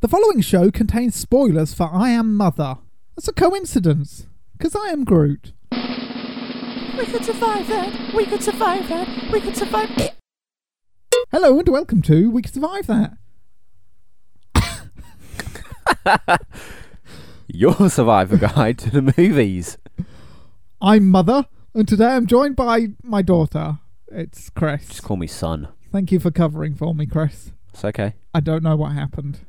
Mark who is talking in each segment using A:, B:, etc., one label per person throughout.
A: The following show contains spoilers for I Am Mother. That's a coincidence, because I am Groot.
B: We could survive that. We could survive that. We could survive.
A: Hello and welcome to We Can Survive That.
C: Your survivor guide to the movies.
A: I'm Mother, and today I'm joined by my daughter. It's Chris.
C: Just call me son.
A: Thank you for covering for me, Chris.
C: It's okay.
A: I don't know what happened.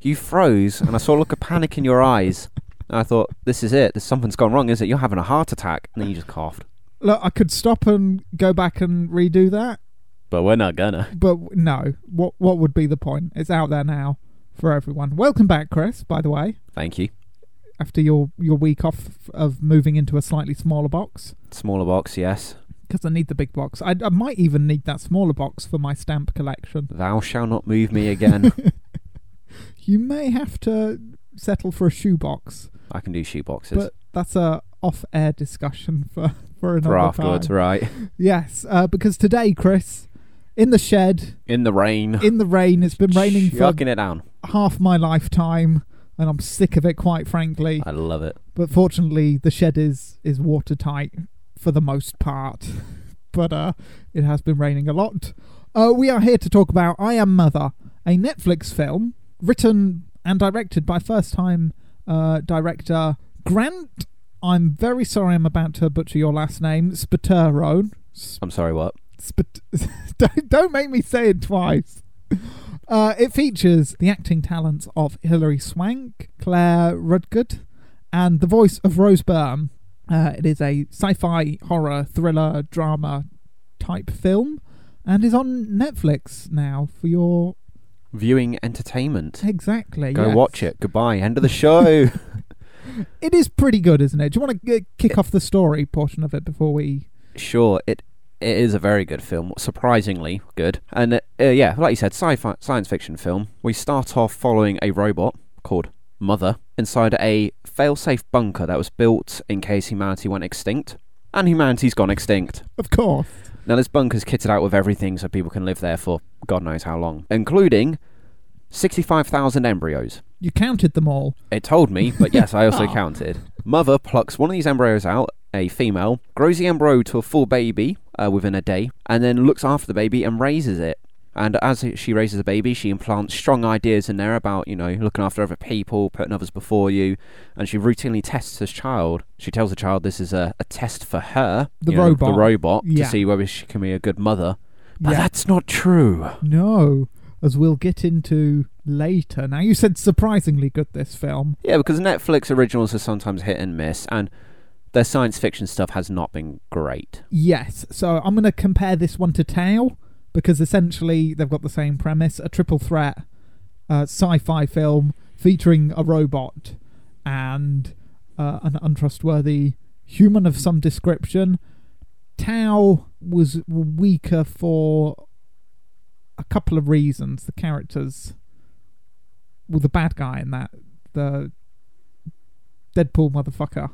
C: You froze, and I saw a look of panic in your eyes. And I thought, this is it. This, something's gone wrong, is it? You're having a heart attack. And then you just coughed.
A: Look, I could stop and go back and redo that,
C: But we're not gonna.
A: but w- no. What what would be the point? It's out there now for everyone. Welcome back, Chris, by the way,
C: Thank you.
A: after your, your week off of moving into a slightly smaller box.
C: Smaller box, yes.
A: because I need the big box. I, I might even need that smaller box for my stamp collection.
C: Thou shall not move me again.
A: You may have to settle for a shoebox,
C: I can do shoe boxes.
A: but that's a off-air discussion for for another
C: For afterwards,
A: time.
C: right?
A: Yes, uh, because today, Chris, in the shed,
C: In the rain.
A: in the rain, it's been raining for
C: Chucking it down.
A: half my lifetime, and I'm sick of it, quite frankly.
C: I love it.
A: But fortunately, the shed is is watertight for the most part. but uh, it has been raining a lot. Uh, we are here to talk about I Am Mother, a Netflix film written and directed by first-time uh, director Grant. I'm very sorry, I'm about to butcher your last name, Spatero.
C: I'm sorry, what?
A: Spat- don't, don't make me say it twice. Uh, it features the acting talents of Hilary Swank, Claire Rudgood, and the voice of Rose Byrne. Uh, it is a sci fi, horror, thriller, drama type film and is on Netflix now for your.
C: Viewing entertainment.
A: Exactly.
C: Go
A: yes.
C: watch it. Goodbye. End of the show.
A: It is pretty good, isn't it? Do you want to kick off the story portion of it before we.
C: sure it it is a very good film surprisingly good and uh, uh, yeah like you said sci-fi science fiction film we start off following a robot called mother inside a failsafe bunker that was built in case humanity went extinct and humanity's gone extinct
A: Of course.
C: now this bunker's kitted out with everything so people can live there for god knows how long including 65,000 embryos
A: You counted them all.
C: it told me, but yes, I also
A: Aw.
C: counted. Mother plucks one of these embryos out, a female, grows the embryo to a full baby uh, within a day, and then looks after the baby and raises it. And as she raises the baby, she implants strong ideas in there about, you know, looking after other people, putting others before you. And she routinely tests this child. She tells the child this is a, a test for her,
A: The
C: you know,
A: robot.
C: the robot,
A: Yeah.
C: to see whether she can be a good mother. But
A: Yeah.
C: that's not true.
A: No, as we'll get into later. Now, you said surprisingly good this film.
C: Yeah, because Netflix originals are sometimes hit and miss, and their science fiction stuff has not been great.
A: Yes, so I'm going to compare this one to Tao because essentially they've got the same premise a triple threat uh, sci fi film featuring a robot and uh, an untrustworthy human of some description. Tao was weaker for a couple of reasons. The characters, well, the bad guy in that, the Deadpool motherfucker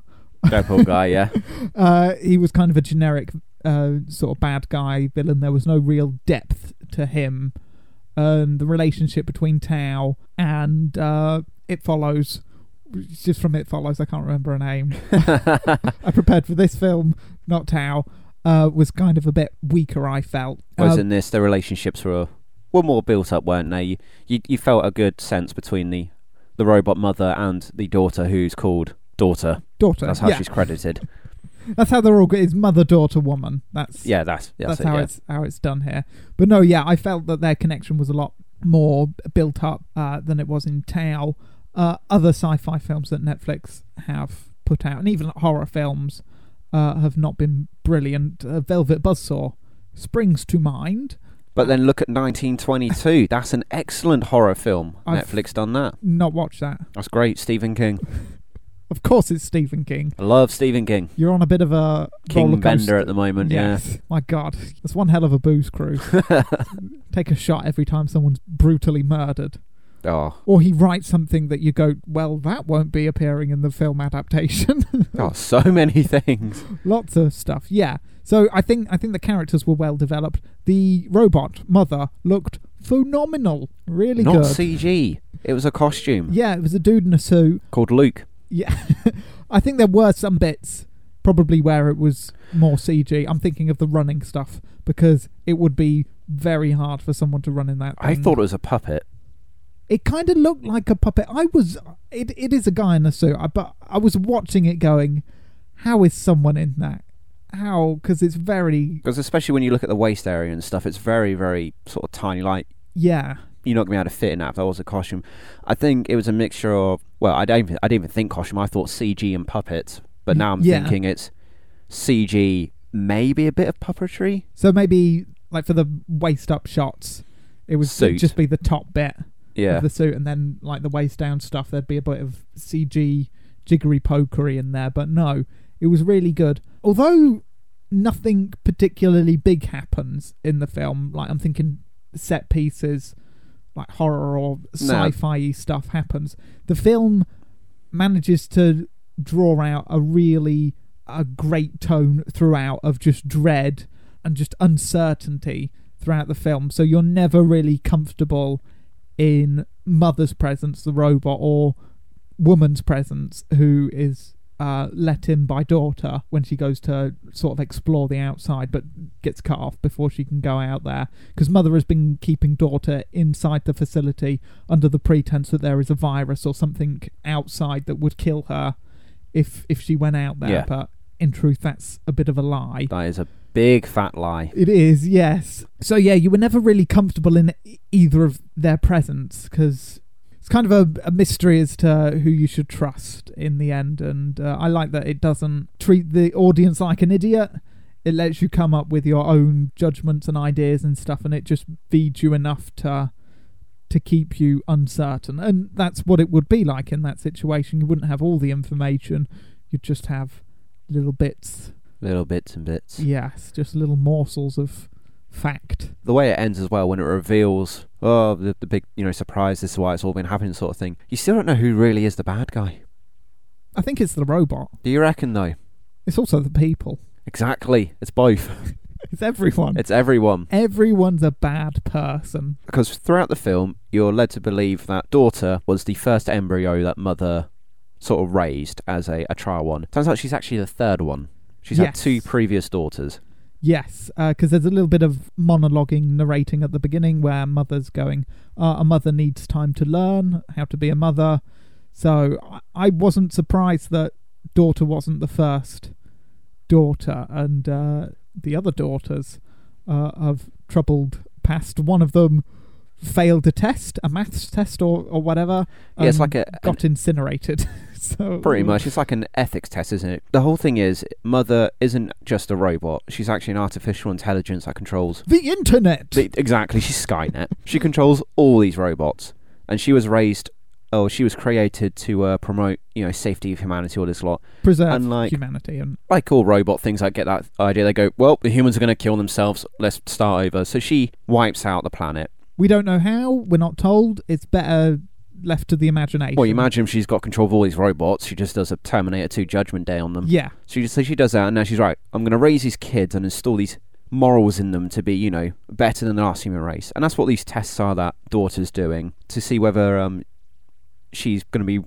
C: Deadpool guy, yeah.
A: uh, he was kind of a generic uh, sort of bad guy villain. There was no real depth to him. Um, the relationship between Tao and uh, It Follows, it's just from It Follows, I can't remember her name. I prepared for this film, not Tao, uh, was kind of a bit weaker, I felt.
C: Whereas
A: Um,
C: in this, the relationships were were more built up, weren't they? You, you, you felt a good sense between the the robot mother and the daughter, who's called daughter.
A: daughter.
C: That's how
A: yeah.
C: she's credited.
A: That's how they're all good. It's mother, daughter, woman. That's
C: Yeah, that's that's,
A: that's
C: it.
A: how
C: yeah.
A: it's how it's done here. But no, yeah, I felt that their connection was a lot more built up uh, than it was in Tao. Uh, other sci-fi films that Netflix have put out, and even horror films, uh, have not been brilliant. Uh, Velvet Buzzsaw springs to mind.
C: But then look at 1922. that's an excellent horror film.
A: I've-
C: Netflix done that.
A: Not watch that.
C: That's great. Stephen King.
A: Of course, it's Stephen King.
C: I love Stephen King.
A: You're on a bit of a
C: King
A: roller coaster.
C: Bender at the moment. Yeah.
A: Yes. My God, that's one hell of a booze cruise. Take a shot every time someone's brutally murdered.
C: Oh,
A: or he writes something that you go, well, that won't be appearing in the film adaptation.
C: oh, so many things.
A: Lots of stuff, yeah. So I think I think the characters were well developed. The robot mother looked phenomenal. Really
C: Not
A: good.
C: CG. It was a costume
A: yeah, it was a dude in a suit.
C: called Luke.
A: Yeah, I think there were some bits probably where it was more CG. I'm thinking of the running stuff because it would be very hard for someone to run in that.
C: I
A: thing.
C: thought it was a puppet.
A: it kind of looked like a puppet. I was it. It is a guy in a suit, I- but I was watching it going, how is someone in that? How? Because it's very
C: Because especially when you look at the waist area and stuff, it's very, very sort of tiny. Like
A: yeah.
C: you're not gonna be able to fit in that if that was a costume. I think it was a mixture of well, I don't, even- I didn't even think costume. I thought CG and puppets, but now I'm
A: Mm, Yeah.
C: thinking it's CG, maybe a bit of puppetry.
A: So maybe like for the waist up shots, it was it'd
C: Suit.
A: just be the top bit
C: Yeah,
A: of the suit, and then like the waist down stuff, there'd be a bit of CG jiggery pokery in there. But no, it was really good. Although nothing particularly big happens in the film, like I'm thinking set pieces, like horror or sci-fi stuff happens. The film manages to draw out a really a great tone throughout of just dread and just uncertainty throughout the film. So you're never really comfortable in Mother's presence, the robot, or woman's presence, who is uh, let in by daughter when she goes to sort of explore the outside, but gets cut off before she can go out there because Mother has been keeping daughter inside the facility under the pretense that there is a virus or something outside that would kill her if if she went out there.
C: Yeah.
A: But in truth, that's a bit of a lie.
C: that is a big fat lie.
A: It is, yes. So yeah, you were never really comfortable in e- either of their presence because it's kind of a, a mystery as to who you should trust in the end. And uh, I like that it doesn't treat the audience like an idiot. It lets you come up with your own judgments and ideas and stuff, and it just feeds you enough to to keep you uncertain. And that's what it would be like in that situation. You wouldn't have all the information; you'd just have little bits
C: Little bits and bits.
A: Yes, just little morsels of fact.
C: the way it ends as well when it reveals oh the, the big you know surprise this is why it's all been happening sort of thing you still don't know who really is the bad guy
A: I think it's the robot.
C: do you reckon though
A: It's also the people.
C: exactly it's both
A: It's everyone.
C: it's everyone
A: Everyone's a bad person.
C: because throughout the film you're led to believe that daughter was the first embryo that mother sort of raised as a, a trial one turns out she's actually the third one she's had
A: Yes.
C: two previous daughters
A: Yes, because there's a little bit of monologuing, narrating at the beginning where mother's going, uh, a mother needs time to learn how to be a mother. So I- I wasn't surprised that daughter wasn't the first daughter, and uh, the other daughters uh, have troubled past. One of them failed a test, a maths test or, or whatever.
C: yeah it's
A: and
C: like a, an
A: got incinerated. so
C: Pretty much. It's like an ethics test, isn't it? The whole thing is, Mother isn't just a robot. She's actually an artificial intelligence that controls.
A: the internet.
C: The, exactly. She's Skynet. she controls all these robots. And she was raised, oh, she was created to uh, promote, you know, safety of humanity, all this lot.
A: preserve
C: unlike-
A: humanity and
C: Like all robot things, I get that idea. They go, well, the humans are going to kill themselves. Let's start over. So she wipes out the planet.
A: We don't know how. We're not told. It's better left to the imagination.
C: Well, you imagine if she's got control of all these robots. She just does a Terminator 2 Judgment Day on them.
A: Yeah,
C: So she, so she does that, and now she's right. I'm going to raise these kids and install these morals in them to be, you know, better than the last human race. And that's what these tests are that daughter's doing to see whether um, she's going to be,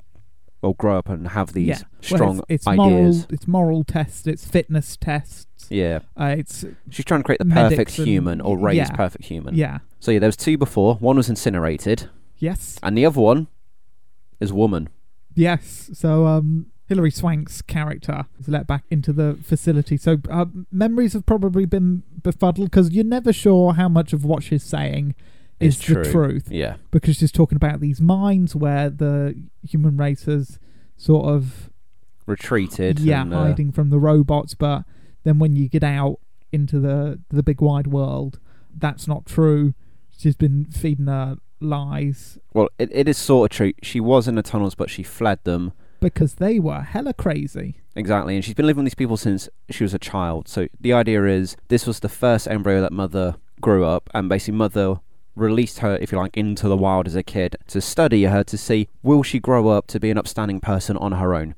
C: well, grow up and have these
A: yeah. Well,
C: strong
A: it's, it's
C: ideas.
A: Moral, it's moral tests. It's fitness tests.
C: Yeah,
A: Uh, it's
C: she's trying to create the
A: Medics
C: perfect
A: and-
C: human or raise
A: yeah.
C: perfect human.
A: yeah,
C: So yeah, there was two before. One was incinerated,
A: yes,
C: and the other one is woman.
A: yes. So um, Hilary Swank's character is let back into the facility. So uh, memories have probably been befuddled because you're never sure how much of what she's saying
C: Is
A: is
C: true.
A: the truth.
C: Yeah,
A: because she's talking about these mines where the human race has sort of
C: retreated.
A: yeah
C: and, uh,
A: hiding from the robots, but then when you get out into the the big wide world, that's not true. She's been feeding her lies
C: well, it, it is sort of true. She was in the tunnels, but she fled them.
A: because they were hella crazy.
C: Exactly, and she's been living with these people since she was a child. So the idea is this was the first embryo that mother grew up, and basically mother released her, if you like, into the wild as a kid to study her to see will she grow up to be an upstanding person on her own.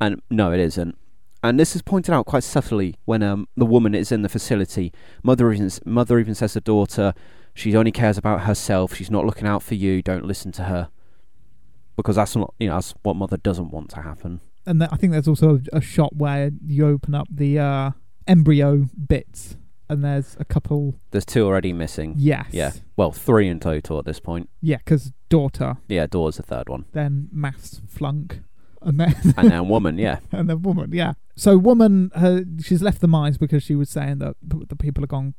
C: And no, it isn't. And this is pointed out quite subtly when um, the woman is in the facility. Mother even mother even says to daughter, She only cares about herself. She's not looking out for you. Don't listen to her. Because that's not, you know, that's what mother doesn't want to happen.
A: and th- I think there's also a shot where you open up the uh, embryo bits, and there's a couple.
C: There's two already missing.
A: Yes.
C: Yeah. Well, three in total at this point.
A: Yeah, because daughter,
C: Yeah, Dora's the third one.
A: then maths flunk, and then
C: And then woman, yeah.
A: and then woman. Yeah. So woman, her, she's left the mines because she was saying that p- the people have gone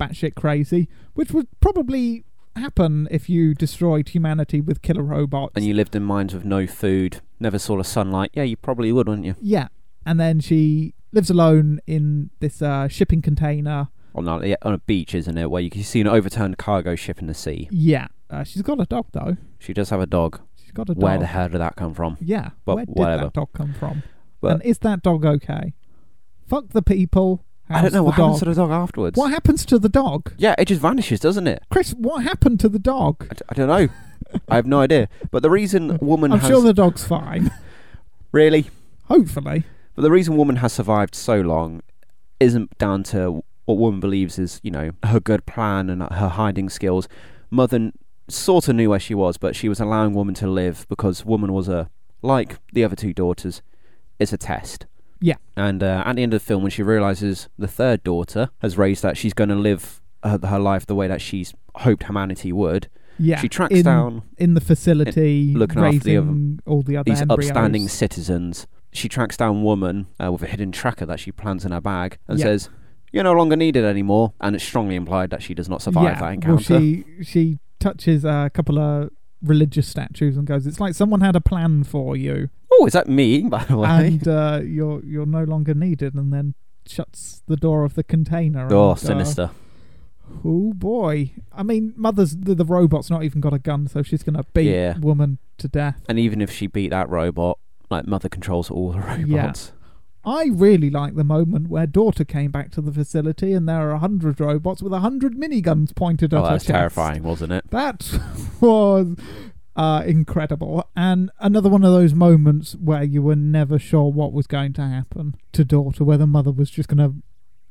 A: batshit crazy, which would probably happen if you destroyed humanity with killer robots.
C: And you lived in mines with no food, never saw the sunlight. Yeah, you probably would, wouldn't you?
A: yeah, and then she lives alone in this uh, shipping container.
C: On a, yeah, on a beach, isn't it? Where you can see an overturned cargo ship in the sea.
A: Yeah, uh, she's got a dog though.
C: She does have a dog.
A: She's got a dog.
C: Where the hell did that come from?
A: Yeah.
C: But
A: where did
C: whatever.
A: that dog come from?
C: But-
A: and is that dog okay? Fuck the people.
C: I don't
A: how's
C: know.
A: the
C: What happens
A: dog?
C: to the dog afterwards?
A: What happens to the dog?
C: Yeah, it just vanishes, doesn't it?
A: Chris, what happened to the dog?
C: I, d- I don't know. I have no idea. But the reason woman
A: I'm
C: has
A: sure the dog's fine.
C: really,
A: Hopefully.
C: but the reason woman has survived so long isn't down to what woman believes is you know her good plan and her hiding skills. Mother sort of knew where she was, but she was allowing woman to live because woman was a like the other two daughters. It's a test.
A: Yeah.
C: And uh, at the end of the film, when she realizes the third daughter has raised that she's going to live her, her life the way that she's hoped humanity would,
A: Yeah.
C: she tracks
A: in,
C: down
A: in the facility,
C: looking after the
A: raising all the other
C: these
A: embryos.
C: upstanding citizens. She tracks down woman uh, with a hidden tracker that she plants in her bag and
A: Yeah.
C: says, "You're no longer needed anymore." And it's strongly implied that she does not survive
A: yeah.
C: that
A: Well,
C: encounter.
A: she she touches a couple of religious statues and goes, "It's like someone had a plan for you,
C: oh, is that me? By the way,
A: and uh, you're you're no longer needed." And then shuts the door of the container.
C: oh,
A: and, uh,
C: sinister.
A: Oh boy! I mean, mother's the, the robot's not even got a gun, so she's gonna beat
C: Yeah.
A: woman to death.
C: And even if she beat that robot, like mother controls all the robots.
A: Yeah. I really like the moment where daughter came back to the facility, and there are a hundred robots with a hundred miniguns pointed
C: Oh,
A: at
C: that
A: her
C: was
A: chest.
C: terrifying, wasn't it?
A: That was uh, incredible, and another one of those moments where you were never sure what was going to happen to daughter, whether mother was just gonna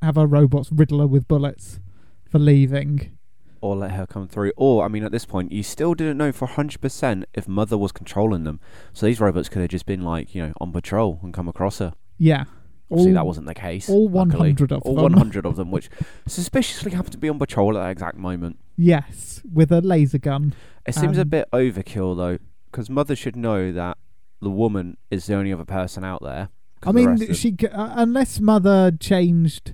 A: have her robots riddle her with bullets for leaving.
C: Or let her come through. Or, I mean, at this point, you still didn't know for 100% if Mother was controlling them. So these robots could have just been, like, you know, on patrol and come across her.
A: Yeah.
C: Obviously,
A: All-
C: that wasn't the case.
A: all
C: luckily.
A: 100 of
C: all
A: them.
C: 100 of them, which suspiciously happened to be on patrol at that exact moment.
A: Yes, with a laser gun.
C: It seems a
A: Um,
C: bit overkill though, because Mother should know that the woman is the only other person out there. 'cause
A: I
C: the rest
A: mean,
C: of-
A: she c- uh, unless Mother changed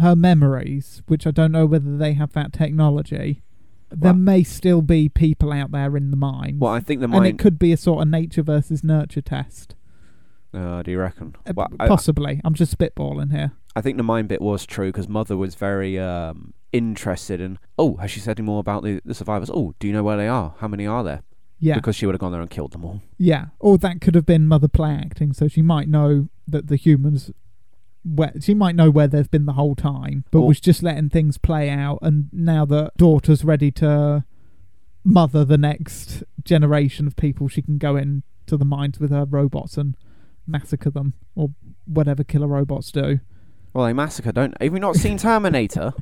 A: her memories, which I don't know whether they have that technology. There
C: Well-
A: may still be people out there in the mine,
C: Well, I think the
A: and it
C: mind.
A: could be a sort of nature versus nurture test,
C: Uh, do you reckon?
A: Uh,
C: Well,
A: p-
C: I,
A: possibly. I'm just spitballing here.
C: I think the mind bit was true because Mother was very um, interested in. Oh, has she said any more about the, the survivors? Oh, do you know where they are? How many are there?
A: Yeah,
C: Because she would have gone there and killed them all.
A: yeah. Or that could have been Mother play acting, so she might know that the humans. Where, she might know where they've been the whole time, but
C: Or-
A: was just letting things play out. And now the daughter's ready to mother the next generation of people, she can go into the mines with her robots and massacre them, or whatever killer robots do.
C: Well, they massacre, don't. Have you not seen Terminator?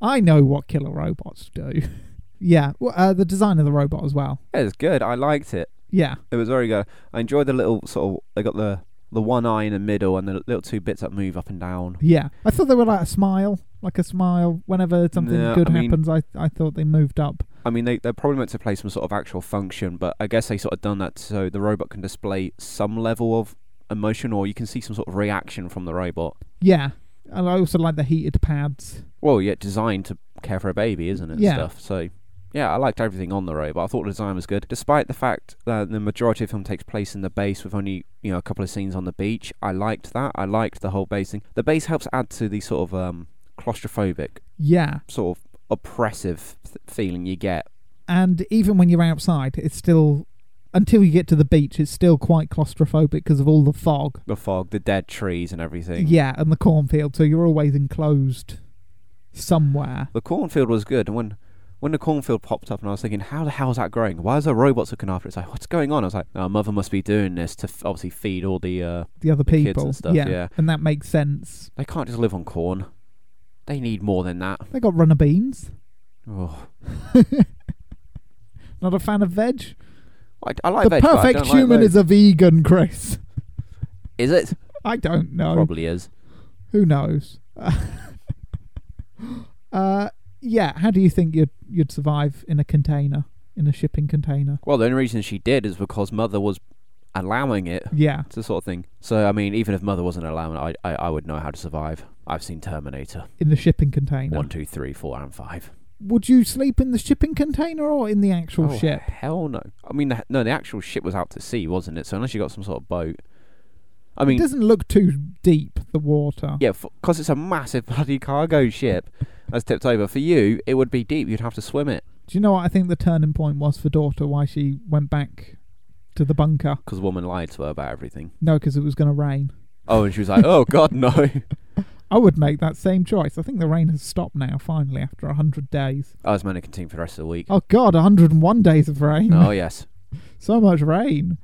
A: I know what killer robots do. yeah, well, uh, the design of the robot as well.
C: it was good. I liked it.
A: Yeah,
C: It was very good. I enjoyed the little sort of. They got the the one eye in the middle and the little two bits that move up and down.
A: yeah. I thought they were like a smile, like a smile. Whenever something
C: No,
A: good
C: I mean-
A: happens, I I thought they moved up.
C: I mean, they they're probably meant to play some sort of actual function, but I guess they sort of done that so the robot can display some level of emotion, or you can see some sort of reaction from the robot.
A: Yeah, and I also like the heated pads.
C: Well, yeah, designed to care for a baby, isn't it? and
A: Yeah.
C: Stuff. So. Yeah, I liked everything on the robot. I thought the design was good, despite the fact that the majority of the film takes place in the base with only you know a couple of scenes on the beach. I liked that. I liked the whole base thing. The base helps add to the sort of um, claustrophobic
A: Yeah,
C: sort of oppressive th- feeling you get.
A: and even when you're outside, it's still until you get to the beach, it's still quite claustrophobic because of all the fog.
C: The fog, the dead trees, and everything.
A: Yeah, and the cornfield, so you're always enclosed somewhere.
C: The cornfield was good. And when when the cornfield popped up, and I was thinking, how the hell is that growing? Why is there robots looking after it? It's like, what's going on? I was like, oh, mother must be doing this to f- obviously feed all the. Uh,
A: The other
C: kids and
A: people,
C: stuff, yeah.
A: and that makes sense.
C: they can't just live on corn. They need more than that.
A: They got runner beans.
C: Oh,
A: Not a fan of veg.
C: I, I like
A: the
C: veg, but I
A: perfect
C: don't like
A: human
C: loads.
A: is a vegan, Chris.
C: Is it?
A: I don't know.
C: Probably is.
A: Who knows? uh, yeah. How do you think you'd you'd survive in a container, in a shipping container?
C: Well, the only reason she did is because mother was allowing it.
A: Yeah.
C: It's the sort of thing. So, I mean, even if mother wasn't allowing it, I, I, I would know how to survive. I've seen Terminator
A: in the shipping container.
C: one, two, three, four, and 5.
A: Would you sleep in the shipping container or in the actual
C: oh,
A: ship?
C: Hell no. I mean, the, no, the actual ship was out to sea, wasn't it? So, unless you got some sort of boat. I mean,
A: it doesn't look too deep, the water.
C: yeah, because it's a massive bloody cargo ship that's tipped over. For you, it would be deep. You'd have to swim it.
A: Do you know what I think the turning point was for daughter? Why she went back to the bunker?
C: Because woman lied to her about everything.
A: No, because it was going to rain.
C: Oh, and she was like, oh, God, no.
A: I would make that same choice. I think the rain has stopped now, finally, after a 100 days.
C: I was manicating for the rest of the week.
A: Oh, God, a 101 days of rain.
C: Oh, yes.
A: so much rain.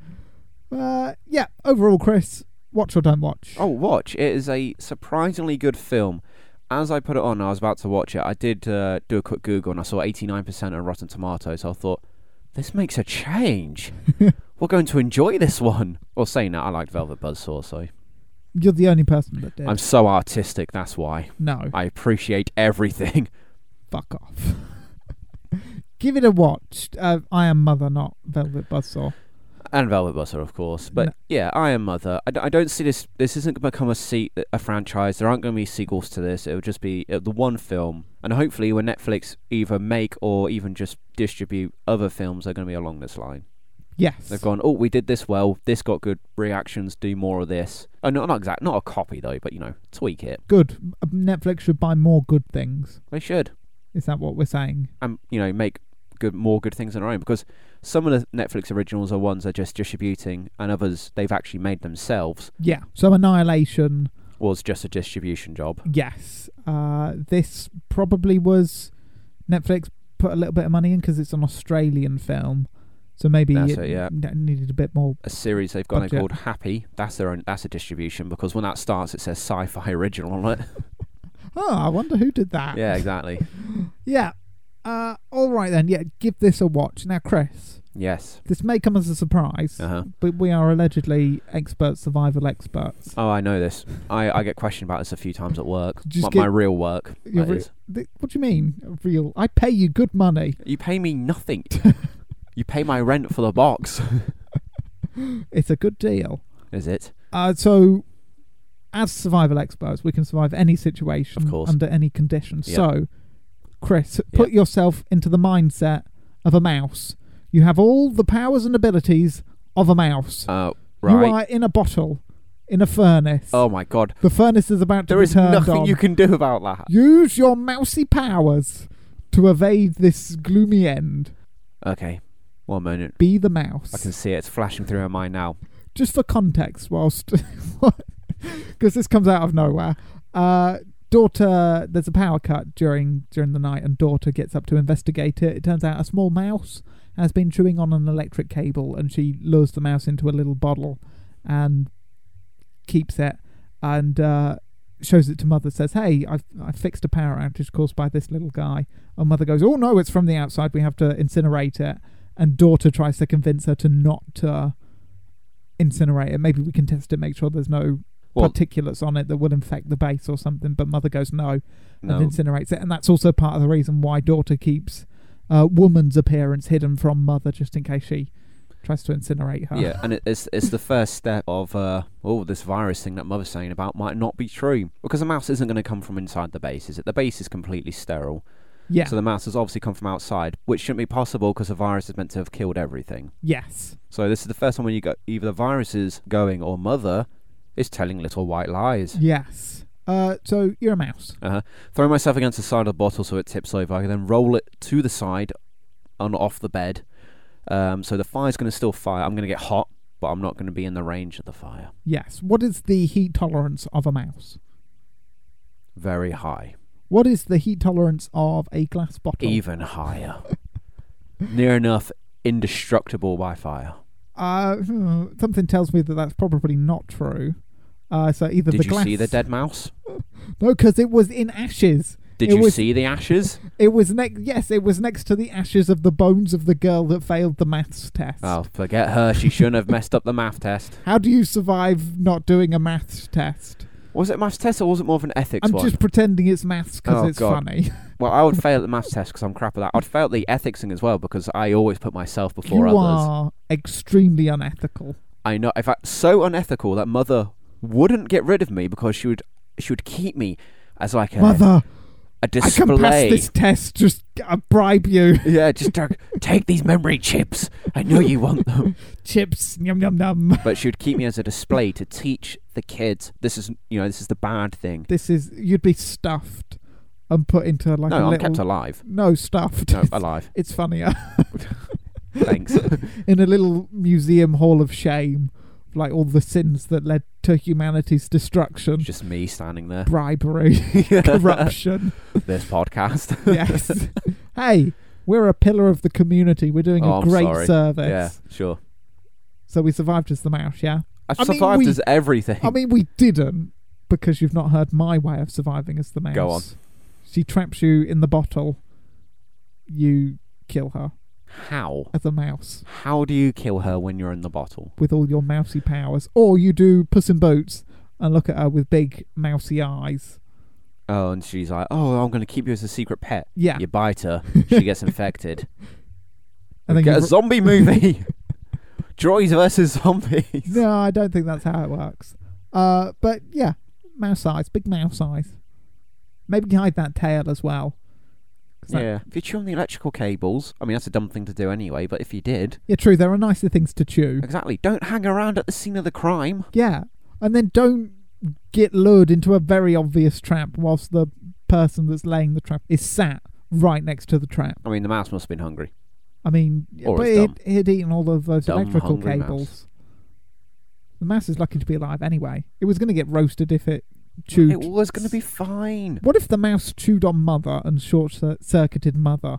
A: Uh, yeah, overall, Chris, watch or don't watch.
C: Oh, watch. It is a surprisingly good film. As I put it on, I was about to watch it. I did uh, do a quick Google and I saw 89% on Rotten Tomatoes. So I thought, this makes a change. We're going to enjoy this one. Well, saying that, I liked Velvet Buzzsaw, so
A: You're the only person that did.
C: I'm so artistic. That's why.
A: no.
C: I appreciate everything.
A: fuck off. Give it a watch. Uh, I am Mother, not Velvet Buzzsaw.
C: And Velvet Buzzsaw, of course. But
A: No.
C: yeah, I Am Mother. I, d- I don't see this. This isn't going to become a, se- a franchise. There aren't going to be sequels to this. It'll just be uh, the one film. And hopefully, when Netflix either make or even just distribute other films, they're going to be along this line.
A: Yes.
C: They've gone, oh, we did this well. This got good reactions. Do more of this. Oh, no, not exact. Not a copy though, but you know, tweak it.
A: Good. Uh, Netflix should buy more good things.
C: They should.
A: Is that what we're saying?
C: and you know make good more good things on our own because some of the Netflix originals are ones they're just distributing and others they've actually made themselves
A: Yeah. So Annihilation.
C: was just a distribution job.
A: Yes. Uh, this probably was Netflix put a little bit of money in because it's an Australian film. So maybe
C: That's
A: it,
C: it, yeah.
A: n- needed a bit more.
C: A series they've got now
A: Gotcha.
C: called Happy. That's their own. That's a distribution because when that starts, it says sci-fi original on it.
A: Oh, I wonder who did that.
C: yeah, exactly.
A: Yeah. Uh, all right then. Yeah. Give this a watch now, Chris.
C: Yes.
A: This may come as a surprise.
C: Uh huh.
A: But we are allegedly expert survival experts.
C: Oh, I know this. I, I get questioned about this a few times at work.
A: Just
C: my,
A: get-
C: my real work.
A: Your
C: that
A: re-
C: is.
A: Th- What do you mean, real? I pay you good money.
C: You pay me nothing. you pay my rent for the box.
A: It's a good deal.
C: Is it?
A: Uh, so, as survival experts, we can survive any situation
C: Of course.
A: under any condition.
C: Yeah.
A: So, Chris, put yourself into the mindset of a mouse. You have all the powers and abilities of a mouse.
C: Uh,
A: You
C: right.
A: are in a bottle, in a furnace.
C: Oh my god.
A: The furnace is about to
C: There
A: be
C: is
A: turned
C: nothing
A: on.
C: you can do about that.
A: Use your mousy powers to evade this gloomy end.
C: Okay, one moment.
A: Be the mouse.
C: I can see it. It's flashing through my mind now.
A: Just for context, whilst because this comes out of nowhere. Uh, daughter, there's a power cut during during the night, and daughter gets up to investigate it. It turns out a small mouse has been chewing on an electric cable, and she lures the mouse into a little bottle and keeps it and uh, shows it to mother. Says, "Hey, I've I fixed a power outage caused by this little guy." And mother goes, "Oh no, it's from the outside. We have to incinerate it." And daughter tries to convince her to not uh, incinerate it. Maybe we can test it, make sure there's no
C: Well,
A: particulates on it that will infect the base or something. But mother goes no and
C: no.
A: incinerates it, and that's also part of the reason why daughter keeps uh, woman's appearance hidden from mother, just in case she tries to incinerate her.
C: Yeah, and it, it's it's the first step of uh, oh this virus thing that mother's saying about might not be true because the mouse isn't going to come from inside the base, is it? The base is completely sterile,
A: Yeah.
C: so the mouse has obviously come from outside, which shouldn't be possible because the virus is meant to have killed everything.
A: yes.
C: So this is the first time when you go either the virus is going or mother is telling little white lies.
A: Yes. Uh, so you're a mouse.
C: Uh-huh. Throw myself against the side of the bottle so it tips over. I can then roll it to the side and off the bed. Um, so the fire's going to still fire. I'm going to get hot, but I'm not going to be in the range of the fire.
A: Yes. What is the heat tolerance of a mouse?
C: Very high.
A: What is the heat tolerance of a glass bottle?
C: Even higher. Near enough indestructible by fire.
A: Uh, hmm, something tells me that that's probably not true. Uh, so either
C: Did
A: the
C: you
A: glass.
C: see the dead mouse?
A: No, because it was in ashes.
C: Did
A: It
C: you
A: was-
C: see the ashes?
A: It was next. Yes, it was next to the ashes of the bones of the girl that failed the maths test.
C: Oh, forget her. She shouldn't have messed up the math test.
A: How do you survive not doing a maths test?
C: Was it maths test or was it more of an ethics
A: I'm
C: one?
A: just pretending it's maths because
C: Oh,
A: it's
C: God.
A: funny.
C: Well, I would fail the maths test because I'm crap at that. I'd fail the ethics thing as well because I always put myself before
A: you
C: others.
A: are extremely unethical.
C: I know. In fact, so unethical that mother wouldn't get rid of me because she would she would keep me as like a,
A: Mother,
C: a
A: I can pass
C: display.
A: this test. Just I bribe you.
C: yeah, just take, take these memory chips. I know you want them.
A: Chips, yum yum yum.
C: But she would keep me as a display to teach the kids. This is you know this is the bad thing.
A: This is you'd be stuffed and put into like
C: no,
A: a
C: I'm
A: little
C: kept alive.
A: no stuffed.
C: No, alive.
A: It's funnier
C: Thanks.
A: in a little museum hall of shame, like all the sins that led to humanity's destruction,
C: just me standing there.
A: bribery, corruption.
C: this podcast.
A: yes. hey, we're a pillar of the community. We're doing
C: Oh,
A: a
C: I'm
A: great
C: sorry.
A: service.
C: yeah, sure.
A: So we survived as the mouse, yeah?
C: I've
A: I mean,
C: survived
A: we-
C: as everything.
A: I mean, we didn't because you've not heard my way of surviving as the mouse.
C: Go on.
A: She traps you in the bottle. You kill her
C: how?
A: as a mouse
C: How do you kill her when you're in the bottle?
A: with all your mousy powers. Or you do Puss in Boots and look at her with big mousy eyes.
C: Oh, and she's like, "Oh, I'm going to keep you as a secret pet."
A: Yeah.
C: You bite her, she gets infected.
A: and then
C: Get a
A: you-
C: zombie movie. Droids versus zombies.
A: No, I don't think that's how it works. Uh, but yeah, mouse eyes, big mouse eyes. Maybe hide that tail as well. 'Cause that-
C: Yeah. If you chew on the electrical cables, I mean that's a dumb thing to do anyway. But if you did,
A: yeah, true. There are nicer things to chew.
C: exactly. Don't hang around at the scene of the crime.
A: Yeah, and then don't get lured into a very obvious trap whilst the person that's laying the trap is sat right next to the trap.
C: I mean, the mouse must have been hungry.
A: I mean,
C: Or
A: but
C: it's
A: it,
C: dumb.
A: it'd eaten all of those
C: Dumb,
A: electrical
C: hungry mouse.
A: cables. The mouse is lucky to be alive anyway. It was going to get roasted if it chewed.
C: It was going to be fine.
A: What if the mouse chewed on mother and short cir- circuited mother?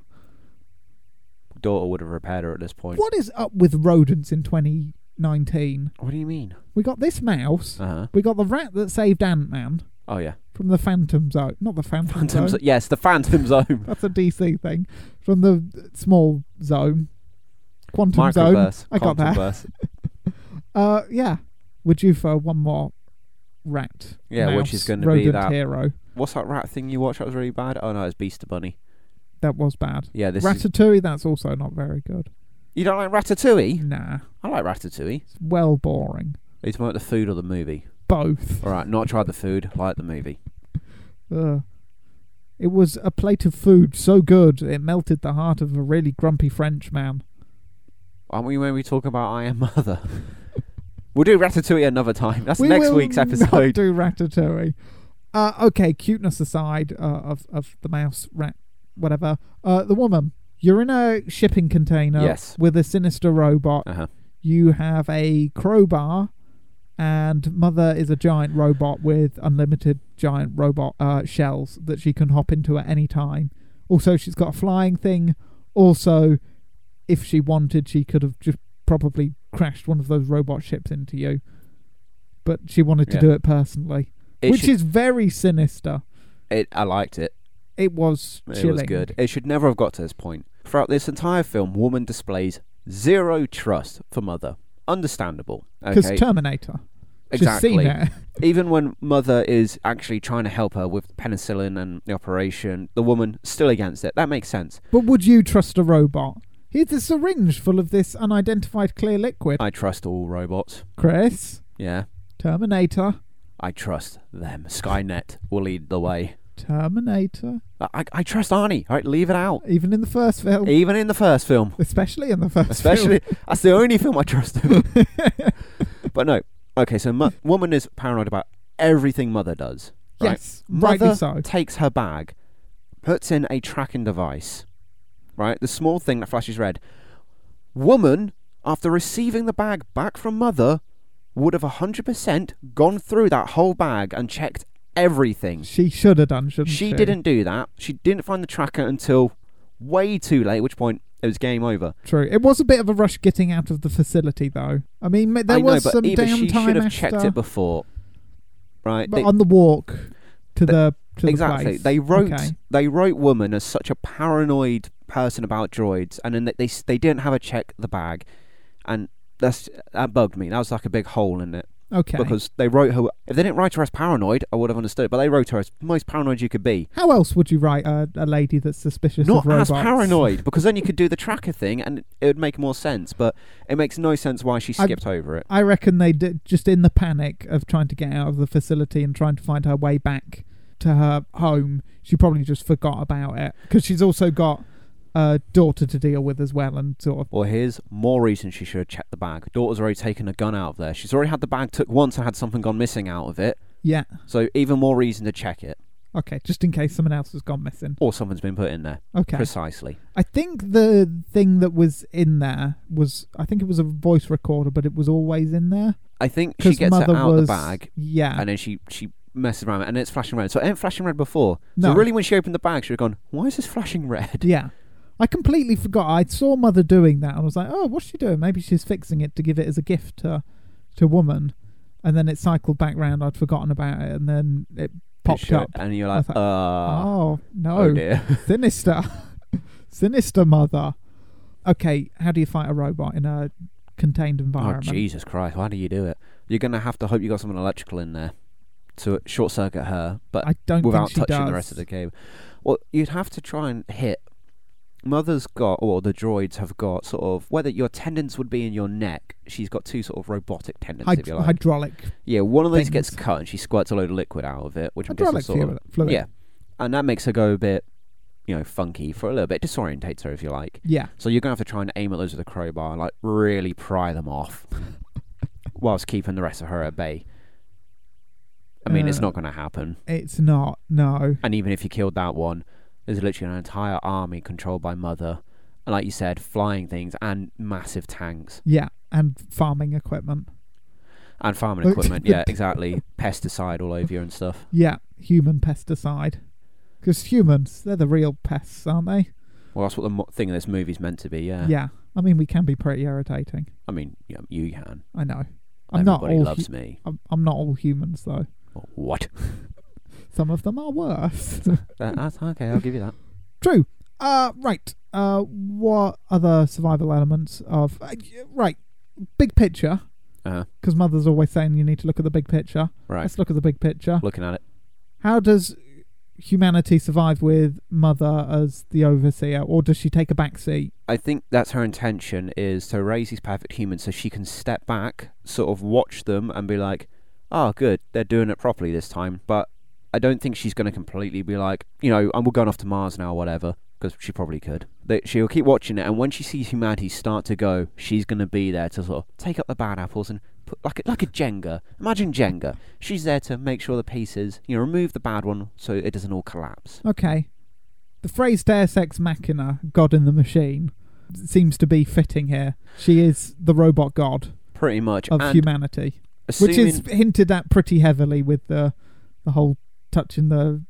C: Daughter would have repaired her at this point.
A: What is up with rodents in 2019?
C: What do you mean?
A: We got this mouse.
C: Uh huh.
A: We got the rat that saved Ant Man
C: Oh yeah.
A: from the Phantom Zone. Not the Phantom,
C: Phantom
A: Zone.
C: Zone. Yes, the Phantom Zone.
A: That's a DC thing. From the small zone. Quantum Zone.
C: Microverse.
A: I got that.
C: Quantumverse.
A: Uh, yeah. We're due for one more rat.
C: Yeah, which
A: mouse,
C: is gonna be
A: rodent
C: that-
A: hero.
C: What's that rat thing you watched that was really bad? Oh no, it's Beaster Bunny.
A: That was bad.
C: Yeah, this is...
A: Ratatouille, that's also not very good.
C: You don't like Ratatouille?
A: Nah.
C: I like Ratatouille.
A: It's well boring.
C: Are you talking about the food or the movie?
A: Both.
C: Alright, not tried the food, like the movie.
A: Ugh. It was a plate of food so good it melted the heart of a really grumpy Frenchman.
C: Aren't we when we talk about I Am Mother? we'll do Ratatouille another time. That's
A: We
C: next
A: will
C: week's
A: not
C: episode.
A: do Ratatouille. Uh, okay, cuteness aside uh, of of the mouse, rat, whatever. Uh, the woman. You're in a shipping container
C: Yes.
A: with a sinister robot.
C: Uh-huh.
A: You have a crowbar, and Mother is a giant robot with unlimited giant robot uh, shells that she can hop into at any time. Also, she's got a flying thing. Also, if she wanted, she could have just probably crashed one of those robot ships into you. But she wanted to
C: Yeah.
A: do it personally,
C: It
A: which
C: should-
A: is very sinister.
C: it, I liked it.
A: It was
C: It
A: chilling.
C: was good. It should never have got to this point. Throughout this entire film, woman displays zero trust for mother. Understandable.
A: Because
C: Okay.
A: Terminator.
C: exactly.
A: She's seen it.
C: even when mother is actually trying to help her with penicillin and the operation the woman still against it that makes sense
A: But would you trust a robot? Here's a syringe full of this unidentified clear liquid.
C: i trust all robots
A: Chris,
C: yeah
A: Terminator,
C: i trust them skynet will lead the way
A: Terminator.
C: i, I- I trust arnie all right leave it out
A: Even in the first film,
C: even in the first film
A: especially in the first
C: especially that's the only film i trust him
A: film.
C: but no okay so mo- woman is paranoid about everything mother does right?
A: yes, rightly
C: Mother
A: so.
C: takes her bag, puts in a tracking device, right? The small thing that flashes red. Woman, after receiving the bag back from mother, would have 100% gone through that whole bag and checked everything.
A: She should have done, shouldn't she?
C: She didn't do that. She didn't find the tracker until way too late, at which point it was game over.
A: True. It was a bit of a rush getting out of the facility, though. I mean, ma- there
C: I know,
A: was
C: but
A: some
C: either she
A: downtime
C: should have
A: after,
C: checked it before. Right?
A: but
C: They-
A: on the walk to the, to
C: exactly.
A: the place.
C: They wrote
A: Okay.
C: they wrote woman as such a paranoid person about droids, and then they they didn't have a check the bag, and that's that bugged me. That was like a big hole in it
A: Okay.
C: because they wrote her. If they didn't write her as paranoid, I would have understood. But they wrote her as the most paranoid you could be,
A: How else would you write a, a lady that's suspicious
C: not
A: of robots?
C: as paranoid, because then you could do the tracker thing, and it would make more sense. But it makes no sense why she
A: I-
C: skipped over it.
A: I reckon they did just in the panic of trying to get out of the facility and trying to find her way back to her home. She probably just forgot about it because she's also got a daughter to deal with as well, and sort of
C: Or here's more reason she should have checked the bag. Daughter's already taken a gun out of there. She's already had the bag took once and had something gone missing out of it.
A: yeah,
C: So even more reason to check it.
A: okay, just in case someone else has gone missing.
C: Or someone's been put in there.
A: Okay,
C: Precisely.
A: I think the thing that was in there was I think it was a voice recorder, but it was always in there
C: I think she
A: because
C: gets it
A: mother
C: out
A: was
C: of the bag
A: yeah.
C: and then she she messes around with it and it's flashing red. So it ain't flashing red before.
A: No.
C: So really when she opened the bag she would have gone, Why is this flashing red?
A: Yeah. I completely forgot. I saw Mother doing that and was like, oh, what's she doing? Maybe she's fixing it to give it as a gift to, to woman. And then it cycled back round. I'd forgotten about it. And then it popped
C: Sure.
A: up.
C: And you're
A: I
C: like,
A: thought,
C: uh,
A: oh, no.
C: oh dear.
A: Sinister. Sinister Mother. Okay, how do you fight a robot in a contained
C: Oh
A: environment?
C: Jesus Christ, why do you do it? You're gonna have to hope you got something electrical in there to short circuit her. But
A: I don't think
C: without
A: she
C: touching
A: does.
C: the rest of the cable. Well, you'd have to try and hit. Mother's got, or the droids have got, sort of whether your tendons would be in your neck. She's got two sort of robotic tendons,
A: Hyd-
C: if you like.
A: hydraulic,
C: yeah, one of those
A: things.
C: gets cut, and she squirts a load of liquid out of it, which I'm guessing
A: hydraulic
C: sort of
A: fluid. fluid.
C: yeah, and that makes her go a bit, you know, funky for a little bit, disorientates her if you like.
A: Yeah.
C: So you're gonna have to try and aim at those with a crowbar, like really pry them off, whilst keeping the rest of her at bay. I mean, it's
A: Uh,
C: not gonna happen.
A: It's not. No.
C: And even if you killed that one, there's literally an entire army controlled by Mother. And like you said, flying things and massive tanks
A: Yeah. And farming equipment.
C: and farming
A: Look.
C: equipment. yeah, exactly. Pesticide all over you and stuff.
A: Yeah, human pesticide. Because humans, they're the real pests, aren't they?
C: Well, that's what the mo- thing of this movie's meant to be. Yeah.
A: Yeah. I mean, we can be pretty irritating.
C: I mean, yeah, you can.
A: I know. I'm not
C: Everybody
A: all.
C: loves
A: hu-
C: me.
A: I'm, I'm not all humans though.
C: Oh, What?
A: Some of them are worse.
C: That- that's okay. I'll give you that.
A: True. Uh, right. Uh, what other survival elements of uh, y- right? Big picture.
C: Uh-huh.
A: Because mother's always saying you need to look at the big picture.
C: Right.
A: Let's look at the big picture.
C: Looking at it.
A: How does humanity survive with mother as the overseer, or does she take a back seat?
C: I think that's her intention is to raise these perfect humans so she can step back, sort of watch them and be like, oh, good, they're doing it properly this time. But I don't think she's going to completely be like, you know, and we're going off to Mars now, whatever, because she probably could. They, she'll keep watching it, and when she sees humanity start to go, she's going to be there to sort of take up the bad apples and put like a, like a Jenga. Imagine Jenga. She's there to make sure the pieces, you know, remove the bad one so it doesn't all collapse.
A: Okay. The phrase Deus Ex Machina, God in the Machine, seems to be fitting here. She is the robot god
C: Pretty much.
A: of
C: and
A: humanity, which
C: assuming-
A: is hinted at pretty heavily with the the whole touching the.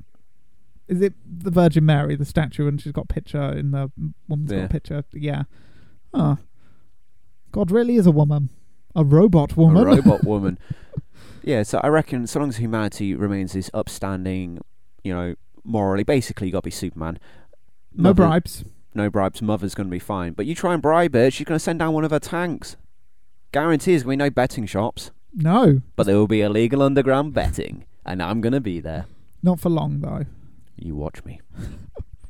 A: Is it the Virgin Mary, the statue, and she's got a picture in the woman's got
C: Yeah.
A: a picture? Yeah. Ah, God really is a woman, a robot woman.
C: A robot woman. yeah, so I reckon so long as humanity remains this upstanding, you know, morally, basically you got to be Superman.
A: no
C: Mother-
A: bribes.
C: No bribes. Mother's going to be fine. But you try and bribe her, she's going to send down one of her tanks. Guarantee there's going to be no betting shops,
A: No,
C: but there will be illegal underground betting, and I'm going to be there.
A: not for long though.
C: You watch me.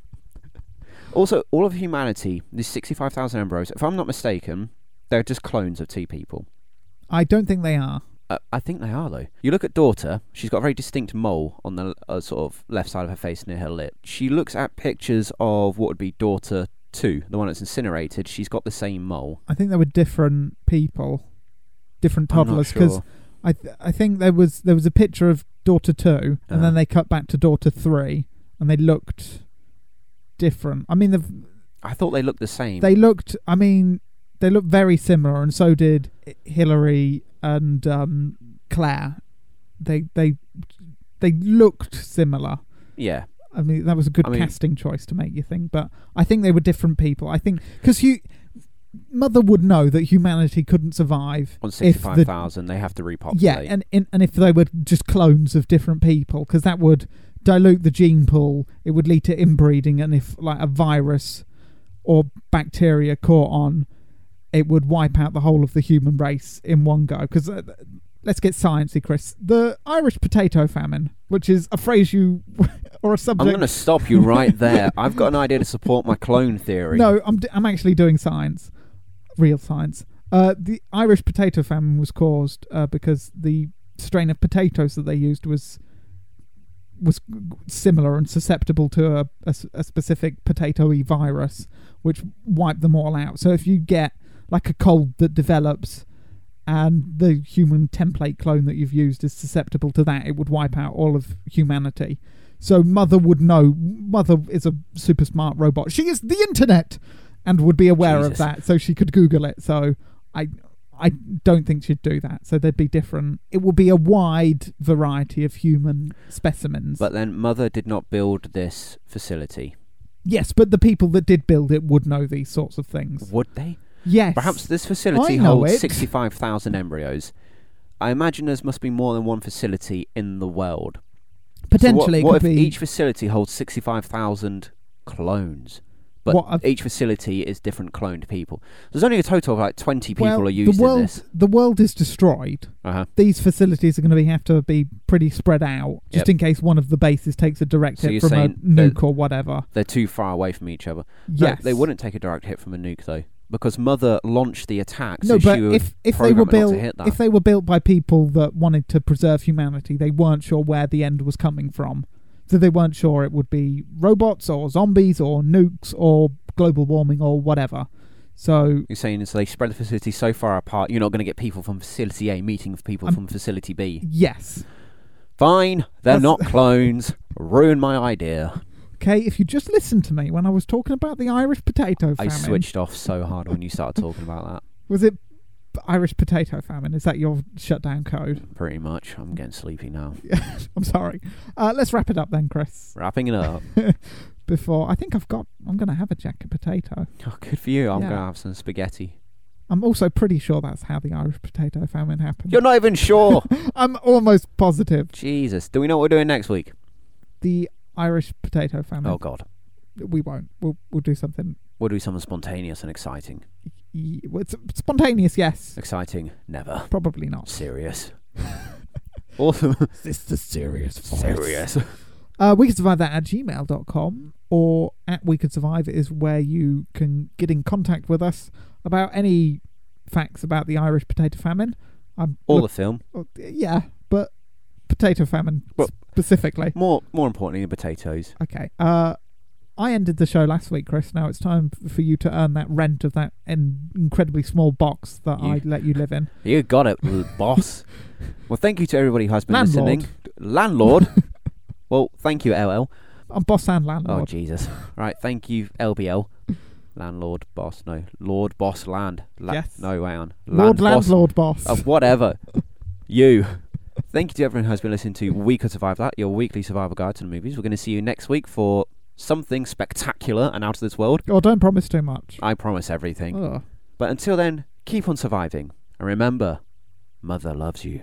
C: also, all of humanity, these 65,000 embryos, if I'm not mistaken, they're just clones of two people.
A: I don't think they are.
C: Uh, I think they are though. You look at daughter; she's got a very distinct mole on the uh, sort of left side of her face near her lip. She looks at pictures of what would be daughter two, the one that's incinerated. She's got the same mole.
A: I think they were different people, different
C: I'm not
A: toddlers. Because
C: sure.
A: I th- I think there was there was a picture of daughter 2
C: Uh-huh.
A: and then they cut back to daughter three, and they looked different. I mean, the,
C: I thought they looked the same.
A: they looked. I mean, they looked very similar, and so did Hillary and um, Claire. They they they looked similar.
C: yeah,
A: I mean, that was a good
C: I mean-
A: casting choice to make you think, but I think they were different people. I think because you. Mother would know that humanity couldn't survive
C: on
A: if the-
C: sixty-five thousand, they have to repopulate.
A: yeah, and, and and if they were just clones of different people, because that would dilute the gene pool, it would lead to inbreeding, and if like a virus or bacteria caught on, it would wipe out the whole of the human race in one go. Because uh, let's get sciencey, Chris. The Irish potato famine, which is a phrase you or a
C: I'm
A: subject.
C: going to stop you right there. I've got an idea to support my clone theory.
A: No, I'm, d- I'm actually doing science, real science. Uh, the Irish potato famine was caused uh, because the strain of potatoes that they used was was g- g- similar and susceptible to a, a s- a specific potato-y virus, which wiped them all out. So if you get like a cold that develops and the human template clone that you've used is susceptible to that, it would wipe out all of humanity. So Mother would know. Mother is a super smart robot. She is the internet, and would be aware of
C: Jesus.
A: that. So she could Google it. So I, I don't think she'd do that. So they'd be different. It would be a wide variety of human specimens.
C: But then Mother did not build this facility.
A: yes, but the people that did build it would know these sorts of things.
C: Would they?
A: Yes,
C: Mm-hmm. Perhaps this facility
A: I know
C: holds
A: it.
C: 65,000 embryos. I imagine there must be more than one facility in the world. So what-
A: potentially
C: what,
A: it could
C: if
A: be
C: each facility holds 65,000 clones? But
A: What if-
C: each facility is different cloned people. There's only a total of like 20 people
A: well,
C: are used
A: the world,
C: in this.
A: The world is destroyed.
C: Uh-huh.
A: These facilities are going to be, have to be pretty spread out, just
C: Yep.
A: in case one of the bases takes a direct
C: So
A: hit
C: you're
A: from a
C: saying that-
A: nuke or whatever.
C: They're too far away from each other. No,
A: Yes,
C: they wouldn't take a direct hit from a nuke though, because Mother launched the attack.
A: No,
C: so
A: but
C: she would
A: if if they were
C: program it not to
A: built
C: hit that.
A: if they were built by people that wanted to preserve humanity, they weren't sure where the end was coming from. So they weren't sure it would be robots or zombies or nukes or global warming or whatever. So
C: You're saying so they spread the facility so far apart, you're not going to get people from facility A meeting with people
A: Um,
C: from facility B.
A: yes.
C: Fine, they're
A: that's-
C: not clones. Ruin my idea.
A: Okay, if you just listened to me when I was talking about the Irish potato
C: I
A: famine.
C: switched off so hard when you started talking about
A: Was it Irish potato famine? Is that your shutdown code?
C: that. Pretty much, I'm getting sleepy now.
A: I'm sorry. Uh, let's wrap it up then, Chris.
C: Wrapping it up.
A: Before I think I've got I'm gonna have a jacket potato.
C: Oh, good for you. I'm
A: Yeah.
C: going to have some spaghetti.
A: I'm also pretty sure that's how the Irish potato famine happened.
C: You're not even sure.
A: I'm almost positive
C: Jesus, do we know what we're doing next week?
A: the Irish potato famine.
C: Oh God,
A: We won't. We'll we'll do something.
C: we'll do something spontaneous and exciting.
A: y- well, It's spontaneous, yes.
C: Exciting, never
A: Probably not.
C: serious. awesome.
A: This is serious.
C: Serious.
A: Uh, we could survive that at gmail.com or at we could survive is where you can get in contact with us about any facts about the Irish potato famine. I'm
C: All
A: look- oh,
C: the film.
A: yeah, but potato famine
C: Well-
A: specifically.
C: More, more importantly, the potatoes.
A: Okay. Uh, I ended the show last week, Chris. Now it's time f- for you to earn that rent of that in- incredibly small box that
C: You-
A: I let you live in.
C: You got it, l- boss. Well, thank you to everybody who has been
A: Landlord.
C: listening. Landlord. well, thank you, LL.
A: I'm boss and
C: Oh,
A: landlord.
C: Jesus. Right, thank you, LBL. Landlord, boss, no. Lord, boss, land. La-
A: Yes.
C: No, hang on.
A: Lord
C: boss-
A: landlord boss.
C: Uh, whatever. you. Thank you to everyone who has been listening to We Could Survive That, your weekly survival guide to the movies. We're going to see you next week for something spectacular and out of this world.
A: Oh, don't promise too much.
C: I promise everything.
A: Ugh.
C: But until then, keep on surviving. And remember, Mother loves you.